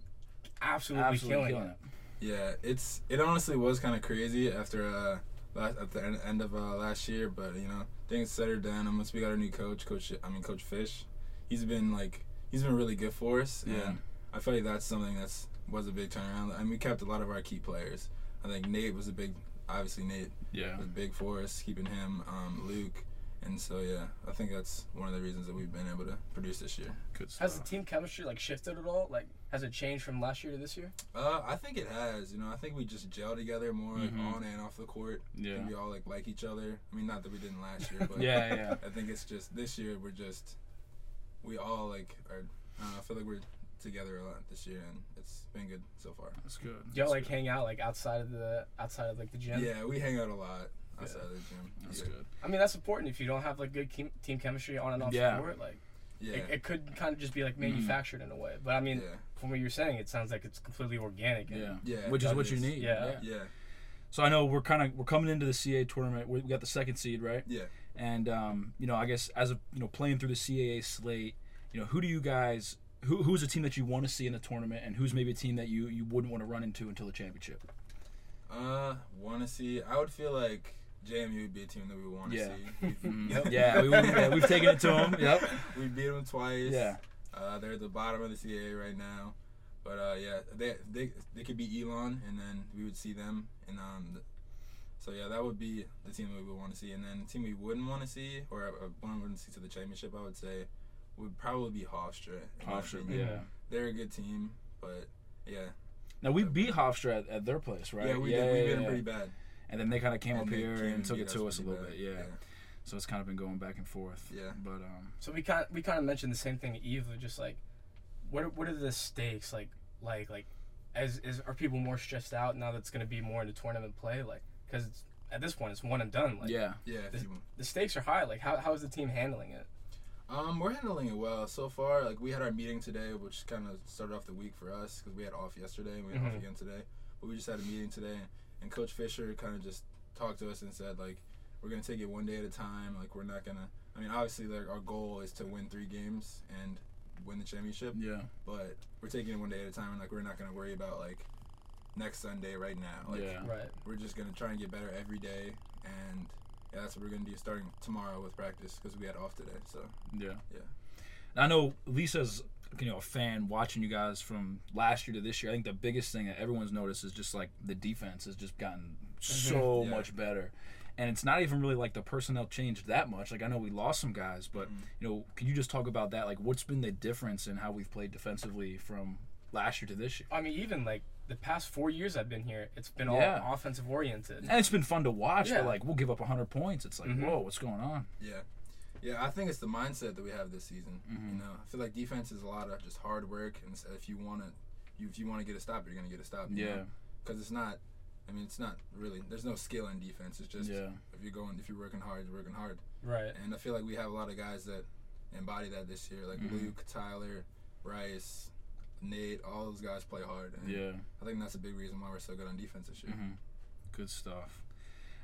Speaker 2: absolutely,
Speaker 1: absolutely
Speaker 2: killing, it.
Speaker 5: Yeah, it's it honestly was kind of crazy after uh last at the en- end of uh, last year, but you know things settled down. And once we got our new coach, coach I mean Coach Fish, he's been like he's been really good for us,
Speaker 1: Yeah.
Speaker 5: and I feel like that's something that's was a big turnaround. And we kept a lot of our key players. I think Nate was a big, obviously Nate
Speaker 1: Yeah.
Speaker 5: was big for us, keeping him, um, Luke, and so yeah, I think that's one of the reasons that we've been able to produce this year.
Speaker 1: Good
Speaker 2: Has
Speaker 1: stuff.
Speaker 2: the team chemistry like shifted at all? Like, has it changed from last year to this year?
Speaker 5: Uh, I think it has. You know, I think we just gel together more
Speaker 1: Mhm.
Speaker 5: on and off the court. I
Speaker 1: Yeah.
Speaker 5: think we all like like each other. I mean, not that we didn't
Speaker 1: [laughs]
Speaker 5: last year, but
Speaker 1: Yeah, yeah.
Speaker 5: I think it's just this year we're just we all like are. I, don't know, I feel like we're together a lot this year, and it's been good so far.
Speaker 1: That's good.
Speaker 2: Do y'all
Speaker 1: That's
Speaker 2: like
Speaker 1: good.
Speaker 2: hang out like outside of the outside of like the gym?
Speaker 5: Yeah, we hang out a lot outside of the gym.
Speaker 1: That's
Speaker 5: yeah.
Speaker 1: good.
Speaker 2: I mean, that's important. If you don't have like good ke- team chemistry on and off
Speaker 1: Yeah.
Speaker 2: the court, like
Speaker 5: Yeah,
Speaker 2: it, it could kind of just be like manufactured in a way. But I mean,
Speaker 5: yeah,
Speaker 2: from what you're saying, it sounds like it's completely organic. and-
Speaker 1: Yeah.
Speaker 5: Yeah,
Speaker 1: Which is
Speaker 5: that
Speaker 1: what you
Speaker 5: is-
Speaker 1: need.
Speaker 2: yeah.
Speaker 5: yeah,
Speaker 6: So I know we're kind of we're coming into the CA tournament. We we got the second seed, right?
Speaker 5: yeah.
Speaker 6: And um, you know, I guess as a you know playing through the CAA slate, you know, who do you guys who who's a team that you want to see in the tournament, and who's maybe a team that you you wouldn't want to run into until the championship?
Speaker 5: Uh, want to see? I would feel like JMU would be a team that we want to
Speaker 6: Yeah. [laughs]
Speaker 5: see. [laughs] Yep.
Speaker 6: Mm-hmm. Yeah, we, we, yeah, we've taken it to
Speaker 5: [laughs]
Speaker 6: them. Yep.
Speaker 5: We beat them twice.
Speaker 6: Yeah.
Speaker 5: Uh, they're at the bottom of the CAA right now, but uh, yeah, they they they could be Elon, and then we would see them, and um, th- so yeah, that would be the team we would want to see, and then the team we wouldn't want to see, or uh, one we wouldn't see to the championship, I would say, would probably be Hofstra. in my
Speaker 1: Hofstra,
Speaker 5: opinion.
Speaker 1: yeah.
Speaker 5: They're a good team, but yeah,
Speaker 6: Now we beat Hofstra at, at their place, right?
Speaker 5: yeah, we did, we beat them
Speaker 6: yeah.
Speaker 5: pretty bad.
Speaker 6: And then they kind of came up
Speaker 5: they
Speaker 6: here
Speaker 5: came
Speaker 6: and took
Speaker 5: beat
Speaker 6: it to us a
Speaker 5: pretty
Speaker 6: little
Speaker 5: bad.
Speaker 6: bit, yeah. So it's kind of been going back and forth.
Speaker 5: Yeah.
Speaker 6: But um,
Speaker 2: So we kind we kind of mentioned the same thing to Eva, just like what are, what are the stakes like like like as is are people more stressed out now that's going to be more into tournament play like because at this point it's one and done like
Speaker 1: Yeah.
Speaker 5: Yeah, if
Speaker 2: This-
Speaker 5: you-
Speaker 2: the stakes are high like how, how is the team handling it
Speaker 5: Um, we're handling it well so far. Like we had our meeting today, which kind of started off the week for us because we had off yesterday and we had off
Speaker 2: Mhm.
Speaker 6: Mm-hmm.
Speaker 5: again today. But we just had a meeting today, and Coach Fisher kind of just talked to us and said like, we're gonna take it one day at a time. Like we're not gonna. I mean, obviously, like our goal is to win three games and win the championship,
Speaker 1: Yeah.
Speaker 5: but we're taking it one day at a time, and like we're not gonna worry about like next Sunday right now. Like
Speaker 1: yeah.
Speaker 2: right
Speaker 5: we're just gonna try and get better every day, and yeah, that's what we're gonna do starting tomorrow with practice because we had off today. So
Speaker 1: Yeah.
Speaker 5: Yeah.
Speaker 1: And I know Lisa's you know a fan watching you guys from last year to this year. I think the biggest thing that everyone's noticed is just like the defense has just gotten so
Speaker 5: Mm-hmm. Yeah.
Speaker 1: much better. And it's not even really like the personnel changed that much. Like I know we lost some guys, but
Speaker 5: Mm-hmm.
Speaker 1: you know, can you just talk about that? Like what's been the difference in how we've played defensively from last year to this year?
Speaker 2: i mean even like the past four years i've been here it's been
Speaker 1: Yeah.
Speaker 2: all offensive oriented
Speaker 1: And it's been fun to watch,
Speaker 2: Yeah.
Speaker 1: but like we'll give up 100 points. It's like,
Speaker 5: Mm-hmm.
Speaker 2: Mhm.
Speaker 1: whoa, what's going on?
Speaker 5: Yeah. Yeah, I think it's the mindset that we have this season.
Speaker 1: Mhm.
Speaker 5: You know, I feel like defense is a lot of just hard work, and it's- if you want to, you, if you want to get a stop, you're gonna get a stop. you
Speaker 1: Yeah,
Speaker 5: know? 'Cause it's not, I mean, it's not really. There's no skill in defense. It's just mm-hmm.
Speaker 1: yeah,
Speaker 5: if you're going, if you're working hard, you're working hard.
Speaker 2: right
Speaker 5: And I feel like we have a lot of guys that embody that this year, like
Speaker 1: Mhm.
Speaker 5: Luke, Tyler, Rice, Nate. All those guys play hard. And
Speaker 1: yeah.
Speaker 5: I think that's a big reason why we're so good on defense this year.
Speaker 1: hmm Good stuff.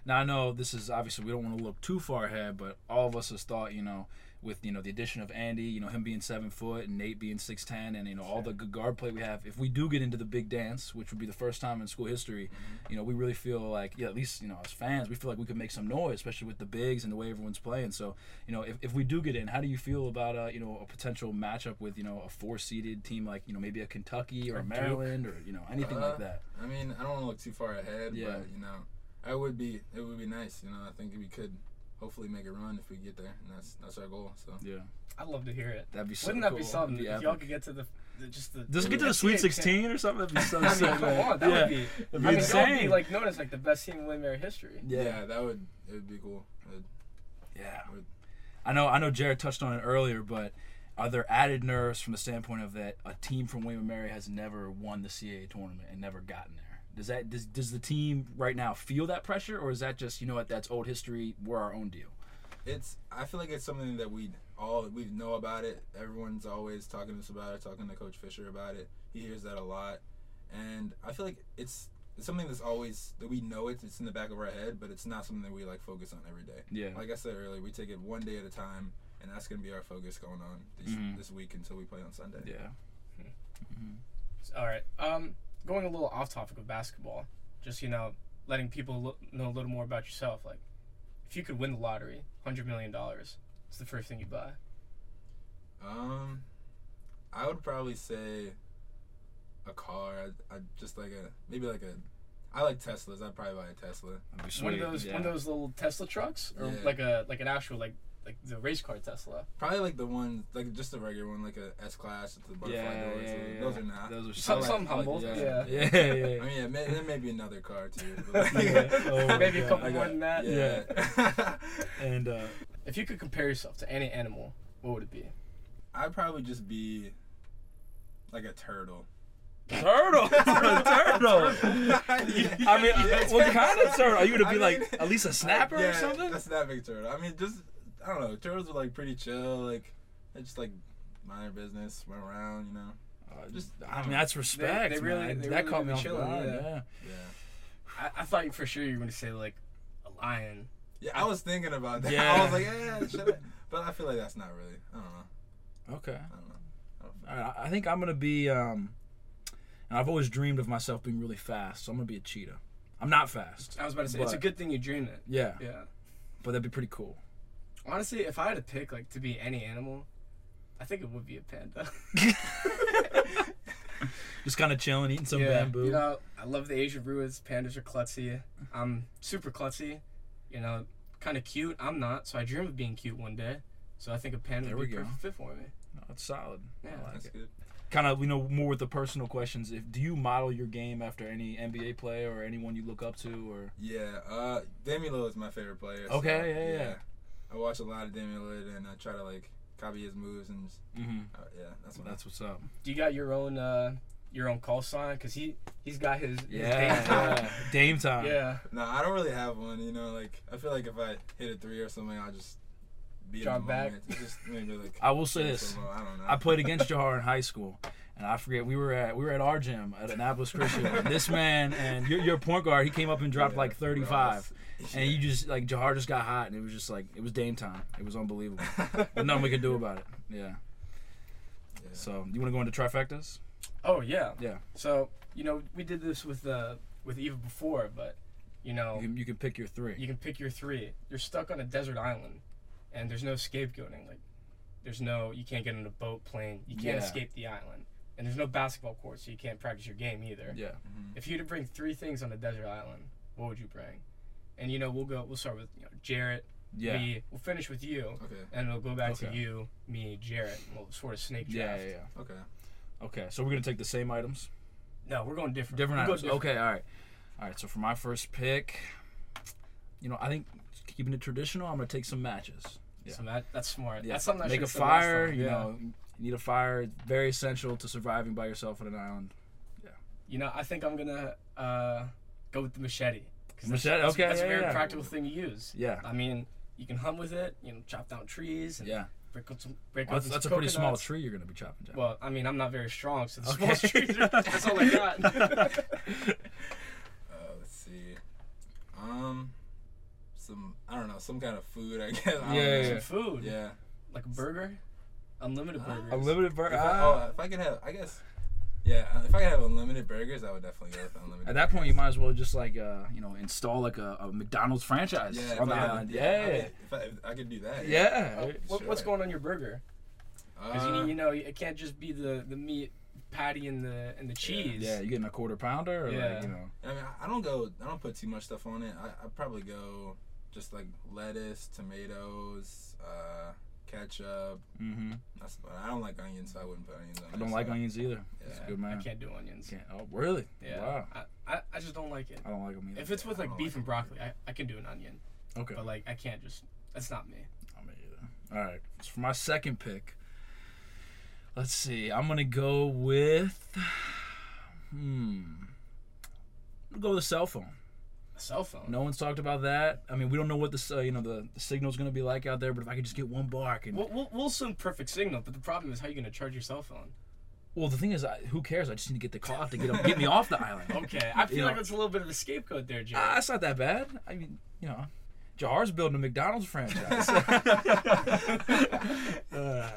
Speaker 1: Now I know this is obviously we don't want to look too far ahead, but all of us has thought you know with you know the addition of Andy, you know him being seven foot and Nate being six ten, and you know all the good guard play we have. If we do get into the big dance, which would be the first time in school history, you know we really feel like yeah at least you know as fans we feel like we could make some noise, especially with the bigs and the way everyone's playing. So you know if, if we do get in, how do you feel about uh you know a potential matchup with you know a four seeded team like you know maybe a Kentucky or,
Speaker 2: Or
Speaker 1: a
Speaker 2: Duke.
Speaker 1: Maryland or you know anything
Speaker 5: Uh,
Speaker 1: like that?
Speaker 5: I mean, I don't want to look too far ahead,
Speaker 1: Yeah.
Speaker 5: but you know, I would be. It would be nice, you know. I think we could hopefully make a run if we get there, and that's that's our goal. So
Speaker 1: Yeah.
Speaker 2: i'd love to hear it
Speaker 1: That'd be so
Speaker 2: wouldn't that be
Speaker 1: cool.
Speaker 2: something
Speaker 1: That'd be
Speaker 2: if y'all
Speaker 1: epic.
Speaker 2: could get to the, the just the
Speaker 1: Just get to the Sweet
Speaker 2: SEA
Speaker 1: 16 or something. That'd be so
Speaker 2: [laughs] I mean,
Speaker 1: sick.
Speaker 2: come on, that
Speaker 1: yeah.
Speaker 2: would be,
Speaker 1: That'd be
Speaker 2: I mean, that would be
Speaker 1: insane.
Speaker 2: like known as like the best team in Williamary history.
Speaker 5: yeah,
Speaker 1: yeah.
Speaker 5: that would it would be cool. It-
Speaker 1: Yeah.
Speaker 5: Would-
Speaker 1: I know. I know. Jared touched on it earlier, but are there added nerves from the standpoint of that a team from William and Mary has never won the CAA tournament and never gotten there? Does that does, does the team right now feel that pressure, or is that just you know what that's old history? We're our own deal.
Speaker 5: it's I feel like it's something that we all we know about it. Everyone's always talking to us about it, talking to Coach Fisher about it. He hears that a lot, and I feel like it's. It's something that's always that we know it's it's in the back of our head, but it's not something that we like focus on every day.
Speaker 1: Yeah.
Speaker 5: Like I said earlier, we take it one day at a time, and that's gonna be our focus going on this,
Speaker 1: Mhm.
Speaker 5: this week until we play on Sunday.
Speaker 1: yeah.
Speaker 2: All right. Um, going a little off topic of basketball, just you know, letting people lo- know a little more about yourself. Like, if you could win the lottery, hundred million dollars, it's the first thing you buy.
Speaker 5: Um, I would probably say a car. I, I just like a maybe like a. I like Teslas. I'd probably buy a Tesla.
Speaker 1: That'd be
Speaker 2: one
Speaker 1: sweet,
Speaker 2: of those
Speaker 1: yeah.
Speaker 2: one of those little Tesla trucks, or
Speaker 5: Yeah.
Speaker 2: like a like an actual like like the race car Tesla.
Speaker 5: Probably like the one, like just a regular one, like a S class with the butterfly
Speaker 1: Yeah,
Speaker 5: doors.
Speaker 1: yeah, yeah.
Speaker 5: Those are not.
Speaker 1: Those are
Speaker 2: Some
Speaker 5: like-
Speaker 1: sick.
Speaker 2: some
Speaker 5: I like
Speaker 2: humble,
Speaker 5: those.
Speaker 2: yeah.
Speaker 1: Yeah, yeah, yeah.
Speaker 2: [laughs]
Speaker 5: I mean, yeah, may, then maybe another car too.
Speaker 1: [laughs]
Speaker 5: but, like,
Speaker 1: Yeah.
Speaker 5: [laughs]
Speaker 1: Oh, my
Speaker 2: Maybe a
Speaker 1: God.
Speaker 2: couple
Speaker 5: I
Speaker 2: more
Speaker 5: got-
Speaker 2: than that.
Speaker 5: Yeah.
Speaker 1: And uh,
Speaker 2: If you could compare yourself to any animal, what would it be?
Speaker 5: [laughs] I'd probably just be like a turtle.
Speaker 2: [laughs]
Speaker 1: turtle, turtle. I mean,
Speaker 5: Yeah.
Speaker 1: what kind of turtle? Are you gonna
Speaker 5: I
Speaker 1: be
Speaker 5: mean-
Speaker 1: like at least a snapper
Speaker 5: yeah,
Speaker 1: or something?
Speaker 5: A snapping turtle. I mean, just I don't know. Turtles are like pretty chill. Like they just like mind their business, run around. You know.
Speaker 1: Uh,
Speaker 5: Just-
Speaker 1: I mean, that's respect.
Speaker 2: they really-
Speaker 1: man.
Speaker 2: they
Speaker 1: that
Speaker 2: really
Speaker 1: caught
Speaker 2: be
Speaker 1: me off
Speaker 2: chilling,
Speaker 1: guard.
Speaker 2: yeah.
Speaker 1: Yeah.
Speaker 5: Yeah.
Speaker 2: I, I thought for sure you were gonna say like a lion.
Speaker 5: Yeah. I was thinking about that. I
Speaker 1: Yeah.
Speaker 5: was like, yeah, should I? But I feel like that's not really. I don't know.
Speaker 1: Okay.
Speaker 5: I don't know.
Speaker 1: All right, I I think I'm gonna be. Um, and I've always dreamed of myself being really fast, so I'm gonna be a cheetah. I'm not fast.
Speaker 2: I was about to say it's a
Speaker 1: But-
Speaker 2: good thing you dreamed it.
Speaker 1: Yeah,
Speaker 2: Yeah.
Speaker 1: but that'd be pretty cool.
Speaker 2: Honestly, if I had to pick like to be any animal, I think it would be a [laughs] panda.
Speaker 1: Just kind of chilling, eating some bamboo.
Speaker 2: You know, I love the Asian Ruids. Pandas are klutzy. I'm super klutzy. You know, kind of cute. I'm not, so I dream of being cute one day. So I think a panda
Speaker 1: There
Speaker 2: would
Speaker 1: we
Speaker 2: be
Speaker 1: go.
Speaker 2: perfect fit for me.
Speaker 1: No, it's solid.
Speaker 2: Yeah.
Speaker 1: I like
Speaker 5: That's
Speaker 1: it.
Speaker 5: good.
Speaker 1: Kind of, you know, more with the personal questions. If do you model your game after any NBA player or anyone you look up to, or
Speaker 5: Yeah, uh, Damian Lillard is my favorite player.
Speaker 1: Okay, yeah, yeah.
Speaker 5: I watch a lot of Damian Lillard and I try to like copy his moves and just,
Speaker 1: Mhm.
Speaker 5: uh, yeah, that's what.
Speaker 1: that's what's up.
Speaker 2: Do you got your own uh, your own call sign? Cause he he's got his his [laughs] date
Speaker 1: Yeah,
Speaker 2: time.
Speaker 1: yeah. Dame time.
Speaker 2: yeah.
Speaker 5: I, no, I don't really have one. You know, like I feel like if I hit a three or something, I'll just be in the
Speaker 2: Drop back.
Speaker 5: moment. It's just maybe
Speaker 1: [laughs]
Speaker 5: like.
Speaker 1: I will say
Speaker 5: so
Speaker 1: this.
Speaker 5: low, I don't know.
Speaker 1: I played
Speaker 5: [laughs]
Speaker 1: against Jahar in high school, and I forget we were at we were at our gym at Annapolis Christian. and this man and your, your point guard, he came up and dropped
Speaker 5: Yeah,
Speaker 1: like
Speaker 5: bro, that's-
Speaker 1: 35, and
Speaker 5: yeah. [laughs]
Speaker 1: you just like Jahar just got hot, and it was just like it was Dame time. It was unbelievable. But nothing we could do about it. Yeah.
Speaker 5: Yeah.
Speaker 1: So you want to go into trifectas?
Speaker 2: Oh yeah.
Speaker 1: Yeah.
Speaker 2: So you know we did this with uh, with Eva before, but you know
Speaker 1: You can, you can pick your three.
Speaker 2: you can pick your three. You're stuck on a desert island, and there's no scapegoating. Like, there's no you can't get on a boat, plane. You can't
Speaker 1: Yeah.
Speaker 2: escape the island, and there's no basketball court, so you can't practice your game either.
Speaker 1: yeah.
Speaker 2: If you had to bring three things on a desert island, what would you bring? And you know we'll go. We'll start with you know Jarrett.
Speaker 1: Yeah.
Speaker 2: Me. We'll finish with you,
Speaker 5: Okay.
Speaker 2: and we'll go back to
Speaker 1: Okay.
Speaker 2: you, me, Jarrett. And we'll sort of snake
Speaker 1: Yeah,
Speaker 2: draft.
Speaker 1: yeah, yeah.
Speaker 5: Okay.
Speaker 1: Okay, so we're gonna take the same items,
Speaker 2: No, we're going different.
Speaker 1: different
Speaker 2: We'll go
Speaker 1: items. Okay, all right, all right. So for my first pick, you know, I think keeping it traditional, I'm gonna take some matches. Yeah.
Speaker 2: So that, that's smart.
Speaker 1: Yeah.
Speaker 2: That's something I
Speaker 1: Make a
Speaker 2: should've said last
Speaker 1: fire.
Speaker 2: time.
Speaker 1: You
Speaker 2: Yeah.
Speaker 1: know, you need a fire. It's very essential to surviving by yourself on an island.
Speaker 2: You know, I think I'm gonna uh, go with the machete. 'Cause that's-
Speaker 1: Machete,
Speaker 2: That's,
Speaker 1: okay,
Speaker 2: That's a
Speaker 1: yeah,
Speaker 2: very
Speaker 1: yeah.
Speaker 2: practical thing to use.
Speaker 1: Yeah.
Speaker 2: I mean, you can hunt with it. You know, chop down trees. And
Speaker 1: Yeah.
Speaker 2: Break up some. Break
Speaker 1: Well,
Speaker 2: up
Speaker 1: that's
Speaker 2: some
Speaker 1: that's a pretty small
Speaker 2: coconuts.
Speaker 1: tree you're gonna be chopping down.
Speaker 2: Well, I mean, I'm not very strong, so the
Speaker 1: Okay.
Speaker 2: small trees. Are, [laughs] that's all
Speaker 1: [laughs]
Speaker 2: I got.
Speaker 5: Uh, let's see. Um, some I don't know, some kind of food. I [laughs] guess. I don't
Speaker 1: Yeah,
Speaker 5: know.
Speaker 2: some food.
Speaker 5: Yeah.
Speaker 2: Like a burger, unlimited
Speaker 5: Ah.
Speaker 2: burgers.
Speaker 1: Unlimited ver-
Speaker 5: If
Speaker 2: Uh,
Speaker 5: I,
Speaker 1: ah.
Speaker 5: oh, if I could have, I guess. Yeah, uh, if I could have unlimited burgers, I would definitely go with unlimited.
Speaker 1: At that point,
Speaker 5: burgers.
Speaker 1: you might as well just like uh, you know install like a, a McDonald's franchise
Speaker 5: Yeah, if
Speaker 1: on the
Speaker 5: I had-
Speaker 1: island.
Speaker 5: I mean,
Speaker 1: Yeah.
Speaker 5: if I, if I could do that.
Speaker 1: Yeah.
Speaker 2: Uh, what, What's
Speaker 5: Sure.
Speaker 2: going on your burger? Because you,
Speaker 5: Uh,
Speaker 2: need- you know, it can't just be the, the meat patty and the and the cheese.
Speaker 1: Yeah. You getting a quarter pounder or
Speaker 2: Yeah.
Speaker 1: like you know.
Speaker 5: I mean, I- I don't go. I don't put too much stuff on it. I I probably go just like lettuce, tomatoes, uh, ketchup.
Speaker 1: hmm
Speaker 5: That's about. it. I don't like onions, so I wouldn't put onions on.
Speaker 1: I
Speaker 5: it,
Speaker 1: don't like
Speaker 5: so-
Speaker 1: onions either. It's
Speaker 5: Yeah.
Speaker 1: a good
Speaker 2: I
Speaker 1: man.
Speaker 2: can't do onions.
Speaker 1: Can't- Oh really?
Speaker 2: Yeah.
Speaker 1: Wow.
Speaker 2: I, I, I just don't like it.
Speaker 1: I don't like them either.
Speaker 2: If it's with
Speaker 5: I
Speaker 2: like
Speaker 5: don't
Speaker 2: beef
Speaker 5: like
Speaker 2: and
Speaker 5: it.
Speaker 2: broccoli, I, I can do an onion.
Speaker 1: okay.
Speaker 2: But like I can't just that's not me.
Speaker 1: I mean, either. All right. So for my second pick, let's see. I'm gonna go with. Hmm. I'm gonna go with a cell phone.
Speaker 2: A cell phone.
Speaker 1: No one's talked about that. I mean, we don't know what the uh, you know the, the signal's gonna be like out there. But if I could just get one bar, I can. Well,
Speaker 2: We'll, we'll, we'll send perfect signal, but the problem is how you gonna charge your cell phone.
Speaker 1: the thing is, I, who cares? I just need to get the call out to get up, get me off
Speaker 2: [laughs]
Speaker 1: the island.
Speaker 2: Okay,
Speaker 1: [laughs]
Speaker 2: I feel
Speaker 1: You
Speaker 2: like
Speaker 1: know-
Speaker 2: that's a little bit of a scapegoat there, Jay. [laughs]
Speaker 1: Ah, it's not that bad. I mean, you know, Jahar's building a McDonald's [laughs] franchise. Uh, all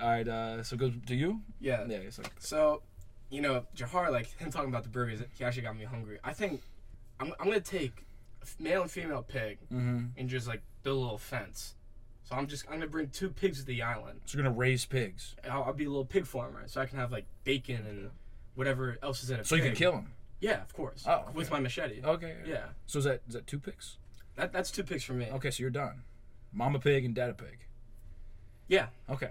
Speaker 1: right. Uh, so go to you.
Speaker 2: [laughs] yeah.
Speaker 1: Yeah. It's like,
Speaker 2: So, you know, Jahar, like him talking about the burgers, he actually got me hungry. I think I'm I'm gonna take f- male and female pig
Speaker 1: mm-hmm.
Speaker 2: and just like build a little fence. So I'm just I'm gonna bring two pigs to the island.
Speaker 1: So you're gonna raise pigs.
Speaker 2: I'll, I'll be a little pig farmer, so I can have like bacon and whatever else is in it.
Speaker 1: So you can kill him.
Speaker 2: Yeah, of course.
Speaker 1: Oh, okay.
Speaker 2: With my machete.
Speaker 1: Okay. Oh,
Speaker 2: Yeah.
Speaker 1: So is that is that two picks?
Speaker 2: That, that's two picks for me.
Speaker 1: Okay, so you're done. Mama pig and dada pig.
Speaker 2: Yeah. Oh,
Speaker 1: Okay.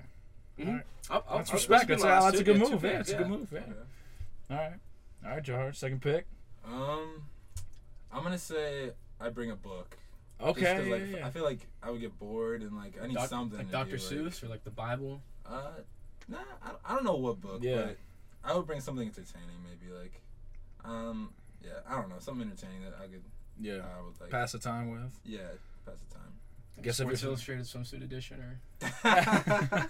Speaker 2: I'll, I'll,
Speaker 1: That's
Speaker 2: I'll-
Speaker 1: respect.
Speaker 2: those
Speaker 1: That's,
Speaker 2: are my
Speaker 1: a,
Speaker 2: last
Speaker 1: that's a
Speaker 2: two-
Speaker 1: good
Speaker 2: yeah, two
Speaker 1: move. Yeah,
Speaker 2: picks,
Speaker 1: it's a good move. Yeah. All right. All right, Jahar. Second pick.
Speaker 5: Um, I'm gonna say I bring a book. Just 'cause,
Speaker 1: Okay.
Speaker 5: like,
Speaker 1: yeah, yeah.
Speaker 5: I feel like I would get bored and like I need
Speaker 2: Doc-
Speaker 5: something.
Speaker 2: Like
Speaker 5: to do,
Speaker 2: Dr. Seuss or like the Bible.
Speaker 5: Uh, nah, I, don't- I don't know what book.
Speaker 1: Yeah.
Speaker 5: But I would bring something entertaining, maybe like, um, yeah, I don't know, something entertaining that I could,
Speaker 1: yeah.
Speaker 5: I would like,
Speaker 1: Pass the time with.
Speaker 5: yeah, pass the time.
Speaker 1: Guess if
Speaker 2: Sports
Speaker 1: you're-
Speaker 2: Illustrated swimsuit edition or
Speaker 1: [laughs]
Speaker 5: [laughs]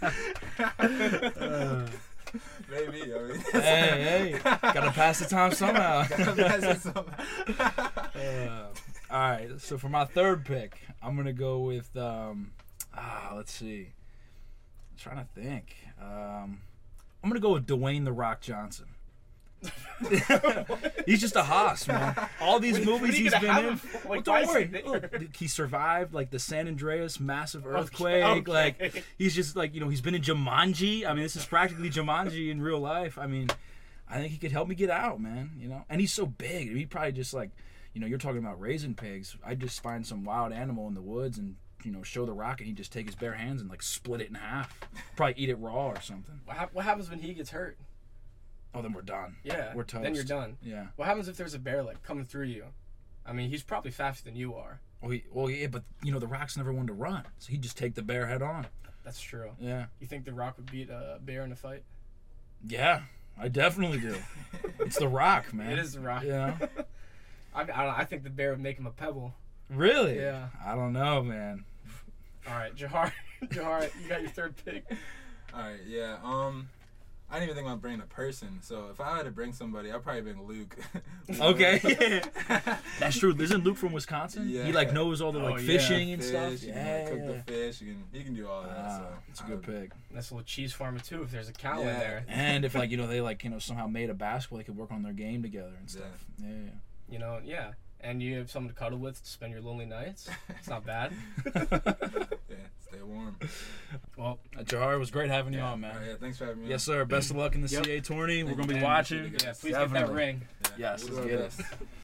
Speaker 5: Maybe. I mean, [laughs]
Speaker 1: hey, hey. Gotta pass the time somehow.
Speaker 5: Gotta pass
Speaker 1: [laughs]
Speaker 5: it somehow.
Speaker 1: Uh, all right. So for my third pick, I'm gonna go with um, ah, let's see. I'm trying to think. Um, I'm gonna go with Dwayne the Rock
Speaker 2: [laughs]
Speaker 1: Johnson. [laughs] he's just a hoss, man. All these
Speaker 2: what
Speaker 1: movies
Speaker 2: are you
Speaker 1: he's
Speaker 2: gonna
Speaker 1: been
Speaker 2: have
Speaker 1: in.
Speaker 2: him for? Like,
Speaker 1: well,
Speaker 2: why
Speaker 1: don't
Speaker 2: is
Speaker 1: worry.
Speaker 2: he there?
Speaker 1: Look, dude, he survived like the San Andreas massive earthquake.
Speaker 2: okay.
Speaker 1: Like he's just like you know he's been in Jumanji. I mean, this is practically Jumanji in real life. I mean, I think he could help me get out, man. You know, and he's so big. He probably just like, you know, you're talking about raising pigs. I just find some wild animal in the woods and you know show the rock, and he just take his bare hands and like split it in half. Probably eat it raw or something.
Speaker 2: what, hap- what happens when he gets hurt?
Speaker 1: Oh, then we're done.
Speaker 2: Yeah.
Speaker 1: We're
Speaker 2: Then you're
Speaker 1: toast.
Speaker 2: done.
Speaker 1: Yeah.
Speaker 2: What happens if there's a bear like coming through you? I mean, he's probably faster than you are.
Speaker 1: Well, Oh, he, well, yeah, but you know the rock's never one to run, so he'd just take the bear head on.
Speaker 2: That's true.
Speaker 1: Yeah.
Speaker 2: You think The Rock would beat a bear in a fight?
Speaker 1: Yeah, I definitely do. it's the rock, man.
Speaker 2: It is The Rock.
Speaker 1: Yeah.
Speaker 2: [laughs] I, I, don't know, I think the bear would make him a pebble.
Speaker 1: Really?
Speaker 2: Yeah.
Speaker 1: I don't know, man.
Speaker 2: All right, Jahar, [laughs] Jahar, you got your third pick.
Speaker 5: [laughs] All right, yeah. Um, I didn't even think about bringing a person. So if I had to bring somebody, I'd probably bring Luke. [laughs] Luke. [laughs]
Speaker 1: Okay. [laughs] That's true. Isn't Luke from Wisconsin?
Speaker 5: Yeah.
Speaker 1: He like knows all the like
Speaker 2: Oh, yeah.
Speaker 1: fishing and
Speaker 5: Fish,
Speaker 1: stuff.
Speaker 5: You can, like,
Speaker 1: Yeah.
Speaker 5: cook the fish. You can, you can do all that. so
Speaker 1: Ah, it's a
Speaker 5: I
Speaker 1: good
Speaker 5: would-
Speaker 1: pick.
Speaker 2: That's a little cheese farmer too. If there's a cow in
Speaker 5: Yeah. [laughs]
Speaker 2: there,
Speaker 1: And if like you know they like you know somehow made a basketball, they could work on their game together and stuff.
Speaker 5: [laughs]
Speaker 1: Yeah.
Speaker 2: you know, yeah. And you have someone to cuddle with to spend your
Speaker 5: [laughs]
Speaker 2: lonely nights. It's not bad.
Speaker 5: Yeah, stay warm.
Speaker 2: Well,
Speaker 1: Uh, Jahar, it was great having you
Speaker 2: Yeah.
Speaker 1: on, man.
Speaker 5: All right, yeah, thanks for having me.
Speaker 1: Yes, sir. Best of luck in the
Speaker 7: Yep.
Speaker 1: CA tourney. We're
Speaker 5: Thank
Speaker 1: gonna
Speaker 5: you,
Speaker 1: be
Speaker 5: man.
Speaker 1: watching.
Speaker 2: yeah, please get that
Speaker 7: Definitely.
Speaker 2: ring.
Speaker 5: on.
Speaker 1: Yes,
Speaker 5: we'll do
Speaker 1: let's
Speaker 5: our
Speaker 1: get it.
Speaker 5: best.